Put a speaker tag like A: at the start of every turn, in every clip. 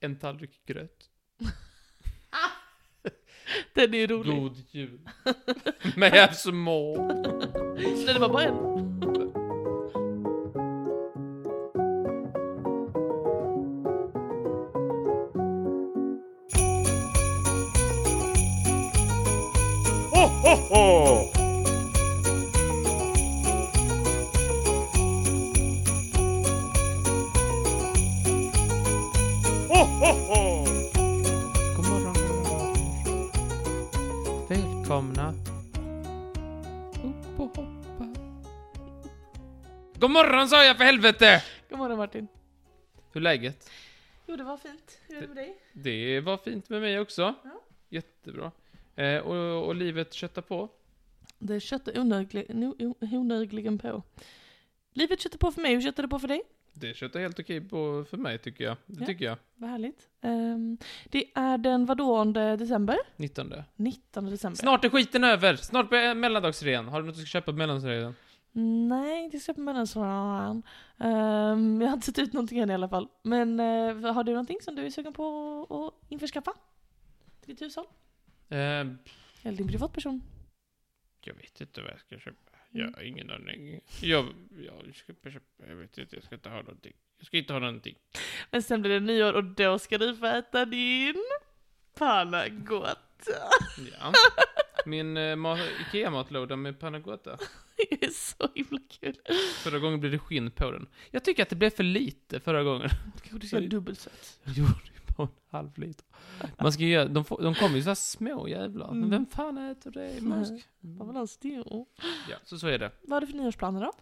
A: En tallrik gröt.
B: Den är ju rolig.
A: God jul. Med små.
B: Nej, det var bara en.
C: Ho, ho, ho! Ho, ho, ho!
A: God morgon, god morgon. Välkomna. Upp och hoppa. God morgon sa jag för helvete!
B: God morgon Martin.
A: Hur är läget?
B: Jo, det var fint. Hur är det med dig?
A: Det var fint med mig också.
B: Ja.
A: Jättebra. Eh, och, och livet köttar på.
B: Det köttar onögligen, o- o- onögligen på. Livet köttar på för mig, hur köttar det på för dig?
A: Det köttar helt okej på, för mig tycker jag. Det
B: Ja.
A: tycker jag.
B: Vad härligt. Ehm, det är den vadående december?
A: 19.
B: 19 december.
A: Snart är skiten över! Snart börjar mellandagsrean. Har du något du ska köpa på mellandagsrean?
B: Nej, det ska på mellansommaren. Um, jag har inte sett ut någonting än i alla fall. Men eh, har du någonting som du är sugen på att införskaffa? Till ditt hushåll?
A: Eh,
B: Eller din privatperson?
A: jag vet inte vad jag ska köpa. Jag har ingen aning. Jag, jag ska köpa, jag vet inte, jag ska inte ha någonting. Jag ska inte ha någonting.
B: Men sen blir det nyår och då ska du få äta din Panagotta.
A: Ja. Min eh, ma- Ikea-matlåda med pannacotta.
B: Det är så himla kul.
A: Förra gången blev det skinn på den. Jag tycker att det blev för lite förra gången.
B: Godis är dubbelt sött.
A: Jag gjorde ju bara en halv liter. Man ska ju göra, de, får- de kommer ju så här små jävlar. Men
B: Mm.
A: vem fan äter det? Man ska,
B: Vad var det stor?
A: ja, så så är det.
B: Mm. Vad har du för nyårsplaner då?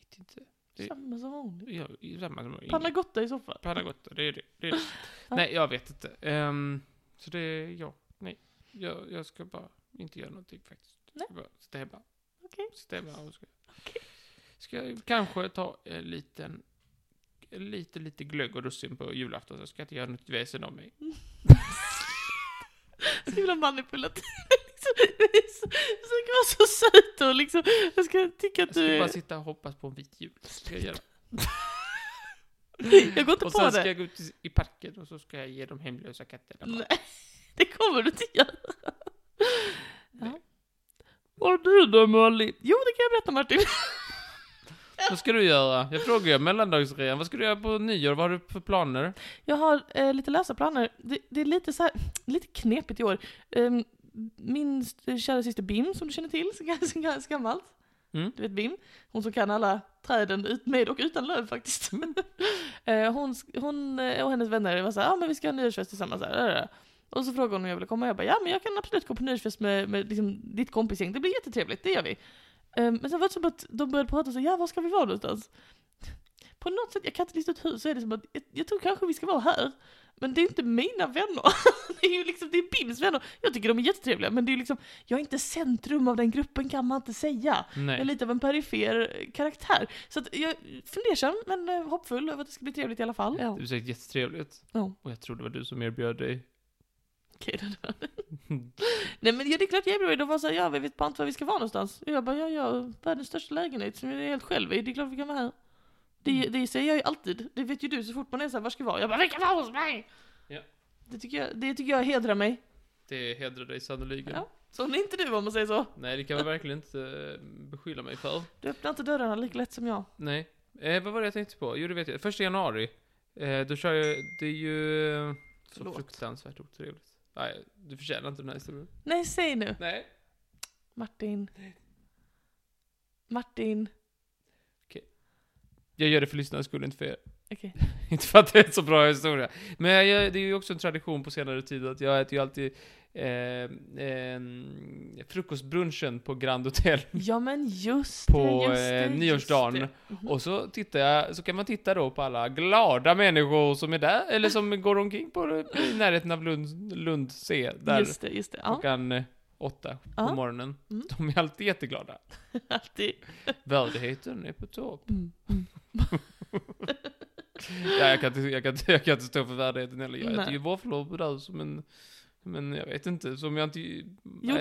A: Vet inte. Det-
B: Samma som vanligt.
A: Jag, i samma som ingen-
B: Panagotta i soffan.
A: Panagotta, det är det. det, är det.
B: Ja.
A: Nej, jag vet inte. Ehm, så det är jag. Nej, jag, jag ska bara inte göra någonting faktiskt. Jag ska bara sitta hemma.
B: Okej.
A: Sitta hemma och ska...
B: Okej.
A: Ska jag kanske ta en liten... en Lite, lite glögg och russin på julafton, så jag ska inte göra något väsen av mig.
B: Så himla manipulativ. Liksom, jag är så- jag försöker vara så söt och liksom, jag ska tycka att
A: Jag ska
B: du...
A: bara
B: Jag,
A: sitta och hoppas på en vit jul. Ska jag göra.
B: jag går inte
A: Och
B: på
A: sen
B: det.
A: ska jag gå ut i- i parken och så ska jag ge de hemlösa katterna mat.
B: Nej, det kommer du inte göra. Ja. Vad du då Molly? Jo, det kan jag berätta Martin.
A: Vad ska du göra? Jag frågar ju om mellandagsrean. Vad ska du göra på nyår? Vad har du för planer?
B: Jag har eh, lite lösa planer. Det, det är lite så här, lite knepigt i år. Ehm, min st- kära syster Bim, som du känner till, så ganska, ganska gammalt.
A: Mm.
B: Du vet Bim? Hon som kan alla träden ut, med och utan löv faktiskt. Eh, hon, sk- hon eh, och hennes vänner var så här, ja ah, men vi ska ha nyårsfest tillsammans. Så här, "Ja, ja, ja." Och så frågade hon om jag ville komma och jag bara, ja men jag kan absolut gå på nyårsfest med, med liksom, ditt kompisgäng, det blir jättetrevligt, det gör vi. Ehm, men sen var det som att de började prata så, ja var ska vi vara någonstans? på något sätt, jag kan inte lista ut hur, så är det som att jag, jag tror kanske vi ska vara här. Men det är inte mina vänner. Det är ju liksom, det är Bims vänner. Jag tycker de är jättetrevliga, men det är ju liksom, jag är inte centrum av den gruppen kan man inte säga. Jag är
A: Nej.
B: lite av en perifer eh, karaktär. Så att jag är fundersam, men eh, hoppfull över att det ska bli trevligt i alla fall. Ja.
A: Det är säkert jättetrevligt.
B: Ja. Oh,
A: Och jag tror det var du som erbjöd dig.
B: Okej, det där. Nej men ja, det är klart jag är bra. De var såhär, ja vi vet bara inte var vi ska vara någonstans. Och jag bara, ja ja, världens största lägenhet som jag är helt själv i, det är klart vi kan vara här. Det,
A: Mm.
B: det säger jag ju alltid. Det vet ju du så fort man är såhär, var ska vi vara? Jag bara, vi kan vara hos mig!
A: Ja.
B: Det tycker jag, det tycker jag hedrar mig.
A: Det hedrar dig sannerligen.
B: Ja. Som inte du om man säger så.
A: Nej, det kan man verkligen inte eh, beskylla mig för.
B: Du öppnar inte dörrarna lika lätt som jag.
A: Nej. Eh, vad var det jag tänkte på? Jo, det vet jag. Första januari. Eh, då kör jag... Det är ju... eh, Så
B: Förlåt.
A: fruktansvärt otrevligt. Nej, du förtjänar inte den här historien.
B: Nej, säg nu.
A: Nej.
B: Martin. Martin.
A: Jag gör det för lyssnarnas skull, inte för er.
B: Okej.
A: Inte för att det är en så bra historia. Men jag, gör- det är ju också en tradition på senare tid att jag äter ju alltid eh, eh, frukostbrunchen på Grand Hotel
B: Ja men just
A: På,
B: det, just
A: eh,
B: det, just
A: nyårsdagen.
B: det. Mhm.
A: Mm. Och så tittar jag, så kan man titta då på alla glada människor som är där, eller som går omkring på i närheten av Lund, Lund C, där
B: Just det, just det. Ja,
A: klockan eh, åtta på
B: Ja.
A: morgonen.
B: Mm.
A: De är alltid jätteglada.
B: alltid.
A: Värdigheten är på topp.
B: Mm.
A: Ja, jag, kan inte, jag, kan inte, jag kan inte stå för värdigheten heller. Jag äter
B: Nej.
A: ju våfflor där som en... Men jag vet inte, som jag inte nej,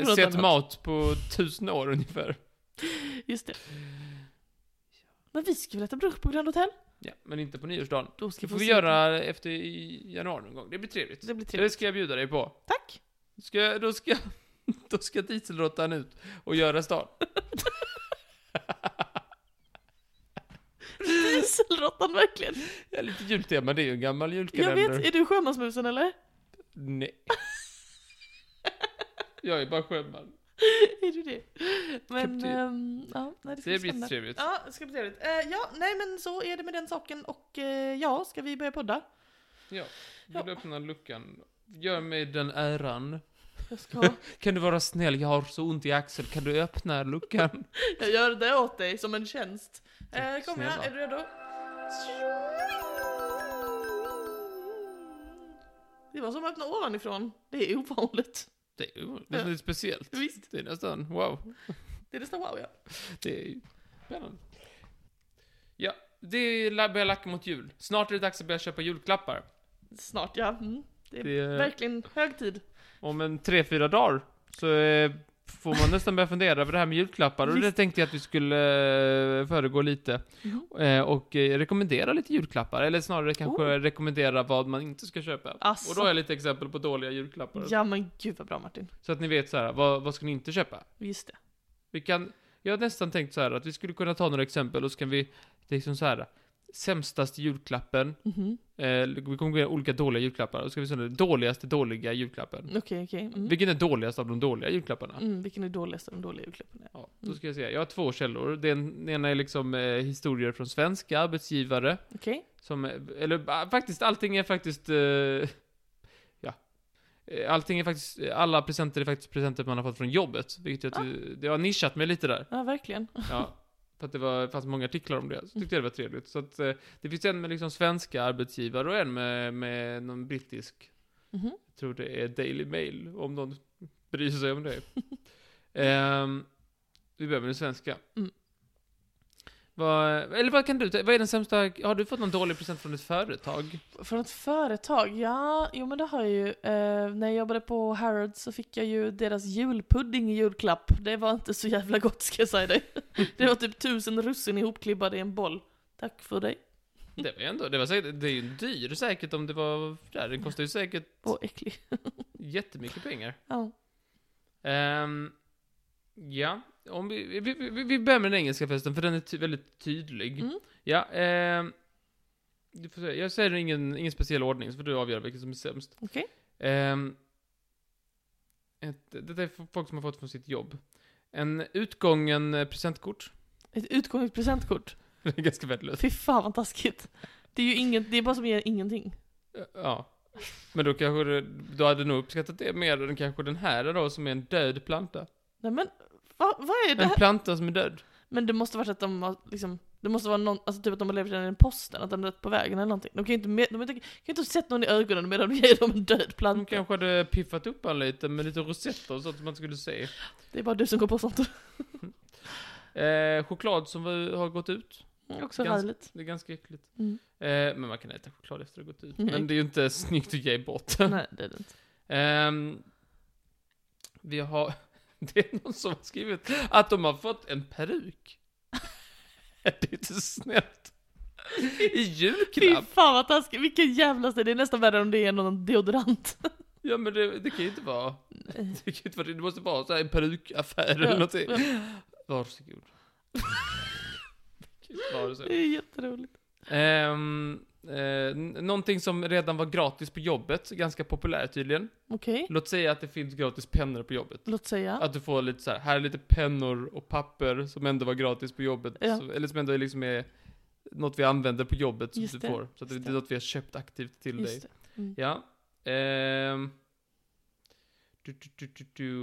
B: något
A: sett
B: annat.
A: mat på tusen år ungefär.
B: Just det. Men vi ska väl äta brunch på Grand Hotel?
A: Ja, men inte på nyårsdagen.
B: Då ska
A: Det
B: vi
A: får vi
B: se.
A: göra efter i januari någon gång. Det blir trevligt.
B: Det blir
A: Det
B: trevligt.
A: ska jag bjuda dig på.
B: Tack!
A: Ska, jag- då ska, då ska dieselråttan ut och göra stan.
B: Dieselråttan verkligen.
A: Ja, lite jultema, det är ju en gammal
B: Jag
A: julkalender.
B: vet, är du sjömansmusen eller?
A: Nej. Jag är bara sjöman.
B: är du det? Men,
A: Typ det.
B: ehm, ja, nej, det ska
A: Det
B: bli
A: blir
B: spännande.
A: trevligt.
B: Ja, det ska bli trevligt. Eh, ja, nej men så är det med den saken och eh, ja, ska vi börja podda?
A: Ja,
B: Ja.
A: vill du öppna luckan? Gör mig den äran.
B: Jag ska.
A: Kan du vara snäll? Jag har så ont i axeln. Kan du öppna luckan?
B: Jag gör det åt dig som en tjänst. Eh,
A: Tack
B: kom
A: snälla.
B: här, är du redo? Det var som att öppna ovanifrån. Det är ovanligt.
A: Det är ju det är lite speciellt.
B: Visst.
A: Det är nästan, wow.
B: Det är nästan wow ja.
A: Det är ju spännande. Ja, det är la- börjar lacka mot jul. Snart är det dags att börja köpa julklappar.
B: Snart ja. Mm. Det är
A: Det är-
B: verkligen hög tid.
A: Om en tre, fyra dagar så eh, får man nästan börja fundera över det här med julklappar. Och det
B: Visst.
A: tänkte jag att vi skulle eh, föregå lite.
B: Mhm.
A: Eh, och eh, rekommendera lite julklappar. Eller snarare kanske
B: Oh.
A: rekommendera vad man inte ska köpa.
B: Alltså.
A: Och då har jag lite exempel på dåliga julklappar.
B: Ja men gud vad bra Martin.
A: Så att ni vet så här, vad, vad ska ni inte köpa?
B: Just det.
A: Vi kan, jag har nästan tänkt så här att vi skulle kunna ta några exempel och så kan vi, liksom så här, sämstaste julklappen.
B: Mhm.
A: Eh, vi kommer gå igenom olika dåliga julklappar. Och så ska vi se den dåligaste dåliga julklappen.
B: Okej okej. Mm.
A: Vilken är dåligast av de dåliga julklapparna?
B: Mm, vilken är dåligast av de dåliga julklapparna?
A: Ja, då ska jag säga. Jag har två källor. Den, den ena är liksom eh, historier från svenska arbetsgivare.
B: Okej.
A: Som, eh, eller ah, faktiskt, allting är faktiskt... Eh, ja. Eh, Allting är faktiskt, alla presenter är faktiskt presenter man har fått från jobbet. Vilket jag,
B: Ah.
A: ty- det har nischat mig lite där.
B: Ja verkligen.
A: Ja. För att det var, fanns många artiklar om det, så tyckte jag det var trevligt. Så att, eh, det finns en med liksom svenska arbetsgivare och en med, med någon brittisk.
B: Mhm.
A: Jag tror det är Daily Mail, om någon bryr sig om det. Ehm, vi börjar med den svenska.
B: Mm.
A: Vad, eller vad kan du, ta- vad är den sämsta, har du fått någon dålig present från ett företag?
B: Från ett företag? Ja, jo men det har jag ju. Eh, när jag jobbade på Harrods så fick jag ju deras julpudding i julklapp. Det var inte så jävla gott ska jag säga dig. Det var typ tusen russin ihopklibbade i en boll. Tack för dig.
A: Det var ju ändå, det var säkert, det är ju dyr säkert om det var, där, den kostar ju säkert
B: Åh, äcklig.
A: jättemycket pengar.
B: Ja.
A: Ehm, ja, om vi, vi, vi, vi börjar med den engelska förresten, för den är ty väldigt tydlig.
B: Mm.
A: Ja, ehm, du får säga, jag säger ingen, ingen speciell ordning, så får du avgöra vilken som är sämst.
B: Okej.
A: Ehm, ett, detta är f- folk som har fått från sitt jobb. En utgången eh, presentkort.
B: Ett utgånget presentkort.
A: Det är ganska värdelöst.
B: Fy fan vad taskigt. Det är ju inget, det är bara som ger ingenting.
A: Ja. Men då kanske du, du hade nog uppskattat det mer än kanske den här då, som är en död planta.
B: Nej men, va, vad är det
A: En
B: här?
A: planta som är död.
B: Men det måste varit att de har liksom det måste vara någon, alltså typ att de har levt den i posten, att de dött på vägen eller någonting. De kan ju inte, med, de kan ju inte ha sett någon i ögonen medan de ger dem en död
A: De
B: planta.
A: kanske hade piffat upp han lite med lite rosetter och sånt som man inte skulle se.
B: Det är bara du som går på sånt.
A: Eh, choklad som var, har gått ut.
B: Mm, Också
A: Ganska-
B: härligt.
A: Det är ganska äckligt.
B: Mm.
A: Eh, men man kan äta choklad efter det har gått ut.
B: Nej.
A: Men det är ju inte snyggt att ge bort.
B: Nej, det är det inte.
A: Ehm, vi har... Det är någon som har skrivit att de har fått en peruk. det är inte snällt. I
B: Fy
A: julklapp.
B: fan vad taskigt, vilken jävla stil. Det är nästan värre om det är någon deodorant.
A: Ja men det, det kan ju inte vara...
B: Nej.
A: Det, kan ju inte vara, det Det måste vara så här en perukaffär
B: Ja,
A: eller någonting.
B: ja.
A: Varsågod. Gud, vad det
B: Det är jätteroligt.
A: Ehm, eh, n- någonting som redan var gratis på jobbet, ganska populärt tydligen.
B: Okej,
A: Låt säga att det finns gratis pennor på jobbet.
B: låt säga.
A: Att du får lite så här, här är lite pennor och papper som ändå var gratis på jobbet.
B: Ja.
A: Så, eller som ändå är liksom är något vi använder på jobbet som
B: Just
A: du
B: det,
A: får. Så att det,
B: just
A: det är något vi har köpt aktivt till dig.
B: Just det. Mm.
A: Ja. Ehm. Du, du, du, du, du.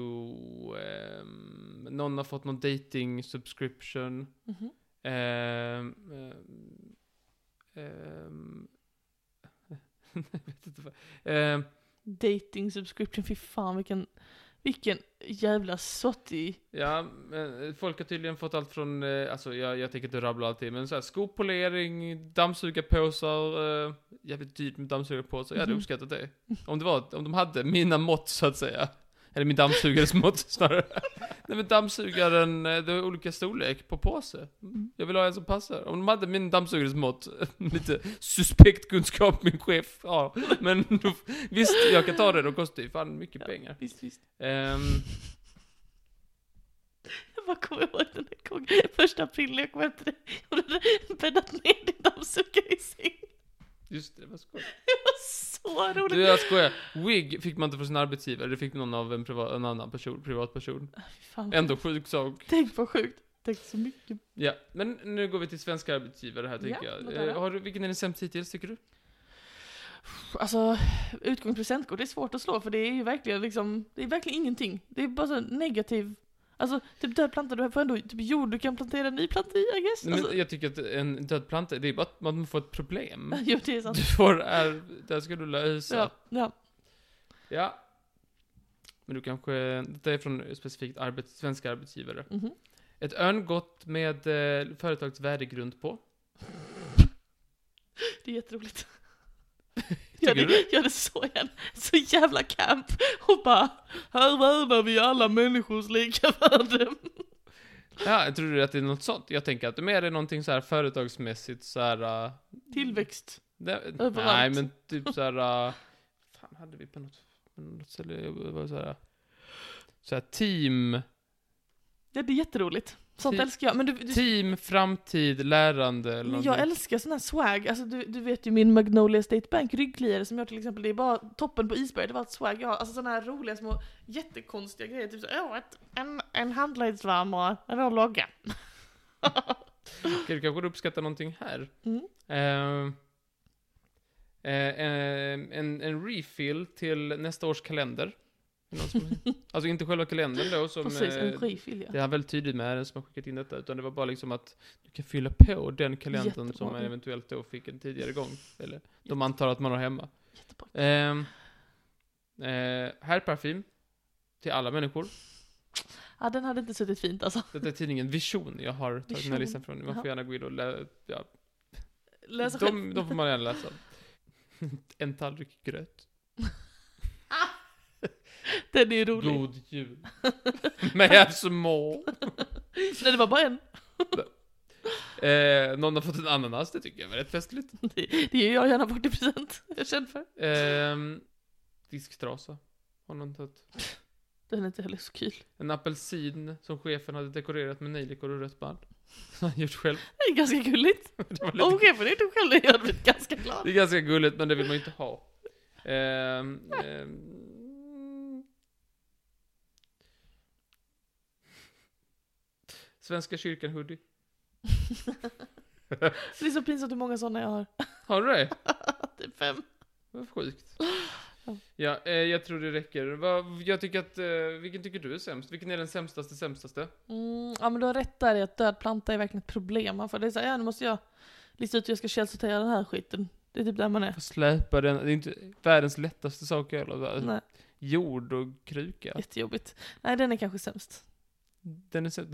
A: Ehm, någon har fått någon dating subscription.
B: Mhm.
A: Ehm, ehm, ehm, jag vet inte vad. Ehm,
B: Dating subscription, fy fan vilken, vilken jävla sottig.
A: ja, men eh, folk har tydligen fått allt från, eh, alltså jag, jag tänker inte rabbla allting, men så här, skopolering, dammsugarpåsar, eh, jävligt dyrt med dammsugarpåsar, jag hade
B: Mhm.
A: uppskattat det. Om det var, om de hade mina mått så att säga. Eller min dammsugares mått snarare. Nej men dammsugaren, eh, det var olika storlek på påse. Jag vill ha en som passar. Om de hade min dammsugares mått, lite suspekt kunskap min chef har. Men då, visst, jag kan ta det, de kostar ju fan mycket pengar.
B: Visst, visst.
A: Ehm,
B: Jag bara kommer ihåg den där gången, första april, jag kommer hem till dig och du hade bäddat ner din dammsugare i säng.
A: just det, vad skoj.
B: Det var så roligt.
A: Du, jag skojar. Wig fick man inte från sin arbetsgivare, det fick någon av en, priva, en annan person, privatperson.
B: Ah, Fan,
A: Ändå sjuk sak.
B: Tänk vad sjukt. Tänk så mycket.
A: Ja, men nu går vi till svenska arbetsgivare här tycker
B: Ja,
A: jag.
B: låt höra.
A: Eh, Har du, vilken är den sämsta hittills tycker du?
B: Alltså, utgångsprocent går, det är svårt att slå för det är ju verkligen liksom, det är verkligen ingenting. Det är bara så negativ, alltså typ död planta, du får ändå typ jord du kan plantera en ny planta i, I guess.
A: Nej,
B: Alltså,
A: men jag tycker att en död planta, det är bara att man får ett problem.
B: jo, det är sant.
A: Du får, är, där ska du lösa.
B: Ja,
A: Ja.
B: ja.
A: Men du kanske, detta är från specifikt arbets, svenska arbetsgivare.
B: mhm.
A: Ett örngott med eh, företagets värdegrund på.
B: Det är jätteroligt.
A: Tycker
B: Gör
A: du
B: det, gör det så igen. Så jävla camp. Och bara, här värnar vi alla människors lika värde.
A: Mm. Ja, jag tror att det är något sånt. Jag tänker att mer är någonting så här företagsmässigt så här. eh,
B: Tillväxt.
A: Det,
B: Överallt.
A: nej, men typ så här. äh, fan hade vi på något, på något ställe? Det var så här. äh, Så här team,
B: Ja, det är jätteroligt. Sånt
A: Ty-
B: älskar jag. Men du, du
A: team, framtid, lärande eller
B: Men
A: någonting.
B: jag älskar sån här swag, alltså du, du vet ju min Magnolia State Bank ryggkliare som jag till exempel, det är bara toppen på isberget, det var allt swag jag har. Alltså såna här roliga små jättekonstiga grejer, typ så åh, ett, en, en handledsvärmare, en röd logga.
A: Okej, Du kanske uppskattar någonting här.
B: Mm.
A: Eh, eh, eh, en, en refill till nästa års kalender. Är det någon som- alltså inte själva kalendern då som...
B: Precis, en
A: eh,
B: refill ja.
A: Det är väldigt tydligt med den som har skickat in detta, utan det var bara liksom att du kan fylla på den kalendern
B: Jättebra.
A: som man eventuellt då fick en tidigare gång. Eller de antar att man har hemma.
B: Jättebra.
A: Ehm, eh, här parfym. Till alla människor.
B: Ja, den hade inte suttit fint alltså.
A: Detta är tidningen Vision jag har tagit den här
B: Vision.
A: listan från. Man får
B: Jaha.
A: gärna gå in och läsa. Ja,
B: Läsa
A: de,
B: själv.
A: de får man gärna läsa. en tallrik gröt.
B: Den är rolig.
A: God jul. Med här små.
B: Nej, det var bara en.
A: Eh, någon har fått en ananas, det tycker jag var rätt festligt.
B: Det, det ger jag gärna bort i present. Jag är känd för.
A: Ehm, disktrasa. Har någon tagit.
B: Den är inte heller så kul.
A: En apelsin som chefen hade dekorerat med nejlikor och rött band. Som han gjort själv.
B: Det är ganska gulligt.
A: Det, var
B: Om
A: lite,
B: chefen inte själv det, jag hade blivit ganska
A: det
B: glad.
A: är ganska gulligt, men det vill man ju inte ha. Ehm, ehm. Svenska kyrkan hoodie.
B: Det är så pinsamt hur många såna jag har.
A: Har du det?
B: Typ fem.
A: Vad sjukt. Ja, eh, jag tror det räcker. Vad- jag tycker att, eh, vilken tycker du är sämst? Vilken är den sämstaste sämstaste?
B: Mm, ja men du har rätt där i att död planta är verkligen ett problem. Man får, det är såhär, ja nu måste jag lista ut hur jag ska källsortera den här skiten. Det är typ där man är.
A: Får släpa den, det är inte världens lättaste sak att göra.
B: Nej,
A: Jord och kruka.
B: jättejobbigt. Nej den är kanske sämst.
A: Den är så...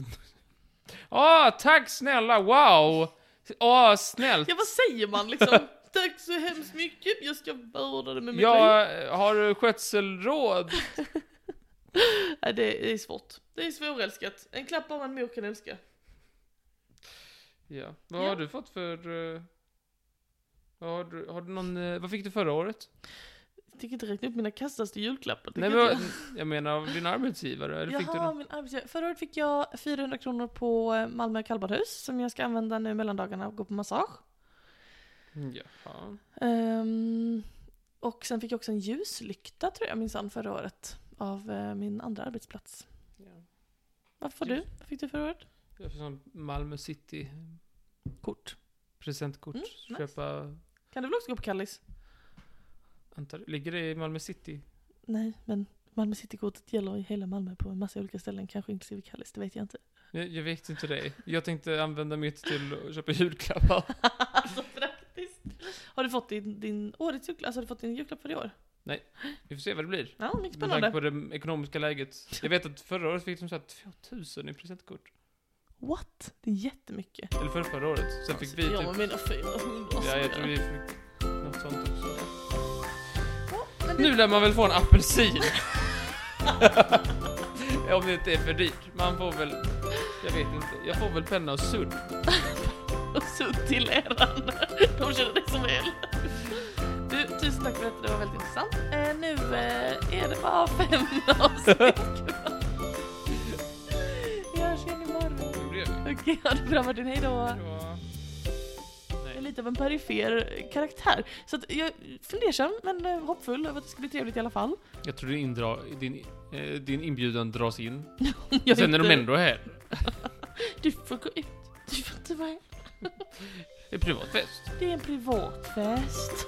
A: Åh, tack snälla, wow! Åh, snällt!
B: Ja vad säger man liksom? Tack så hemskt mycket, jag ska vårda det med mitt liv.
A: Jag har skötselråd.
B: Nej det, det är svårt. Det är svårälskat. En klapp av en mor kan älska.
A: Ja. Vad
B: Ja.
A: har du fått för... eh, vad har, du, har du någon... eh, vad fick du förra året?
B: Jag tänker inte räkna upp mina kassaste julklappar. Det
A: Nej,
B: kan
A: men,
B: jag
A: jag,
B: inte
A: jag menar av din arbetsgivare, eller
B: göra.
A: fick du
B: Jaha,
A: någon?
B: min arbetsgivare. Förra året fick jag 400 kronor på eh, Malmö kallbadhus som jag ska använda nu mellan dagarna och gå på massage.
A: Mm, Jaha.
B: Ehm, och sen fick jag också en ljuslykta tror jag minsann förra året av eh, min andra arbetsplats.
A: Ja.
B: Vad får du? Vad fick du förra året?
A: Jag fick sån Malmö City
B: Kort.
A: presentkort.
B: Mm, nice.
A: Köpa...
B: Kan du väl också gå på Kallis?
A: Antar, ligger det i Malmö City?
B: Nej, men Malmö City-kortet gäller i hela Malmö på en massa olika ställen, kanske inklusive Kallis, det vet jag inte.
A: Jag, jag vet inte det. Jag tänkte använda mitt till att köpa julklappar.
B: Så praktiskt! Har du fått din, din årets julklapp, alltså har du fått din julklapp för i år?
A: Vi får se vad det blir.
B: Ja, mycket
A: Med tanke
B: spännande.
A: på det ekonomiska läget. Jag vet att förra året fick de så här 2000 i presentkort.
B: What? Det är jättemycket.
A: Eller för förra året. Sen fick vi
B: Alltså, Ja,
A: typ...
B: men mina 400
A: Ja, jag
B: sådär.
A: tror vi fick något sånt också.
B: Ja, men det-
A: Nu lär man väl få en apelsin? Om det inte är för dyrt. Man får väl... Jag vet inte. Jag får väl penna och sudd.
B: Och sutt till eran. De känner dig som el. Du, tusen tack för detta, det var väldigt intressant. Eh, nu eh, är det bara fem avsnitt kvar. Jag hörs igen imorgon. Okej, ha det bra Martin, hejdå. Jag är lite av en perifer karaktär. Så att jag är fundersam men eh, hoppfull över att det ska bli trevligt i alla fall.
A: Jag tror din, indra, din, eh, din inbjudan dras in.
B: Jag
A: Sen är de
B: inte-
A: ändå här.
B: Du får gå ut. Du får inte vara här.
A: Det är privat fest.
B: Det är en privat fest.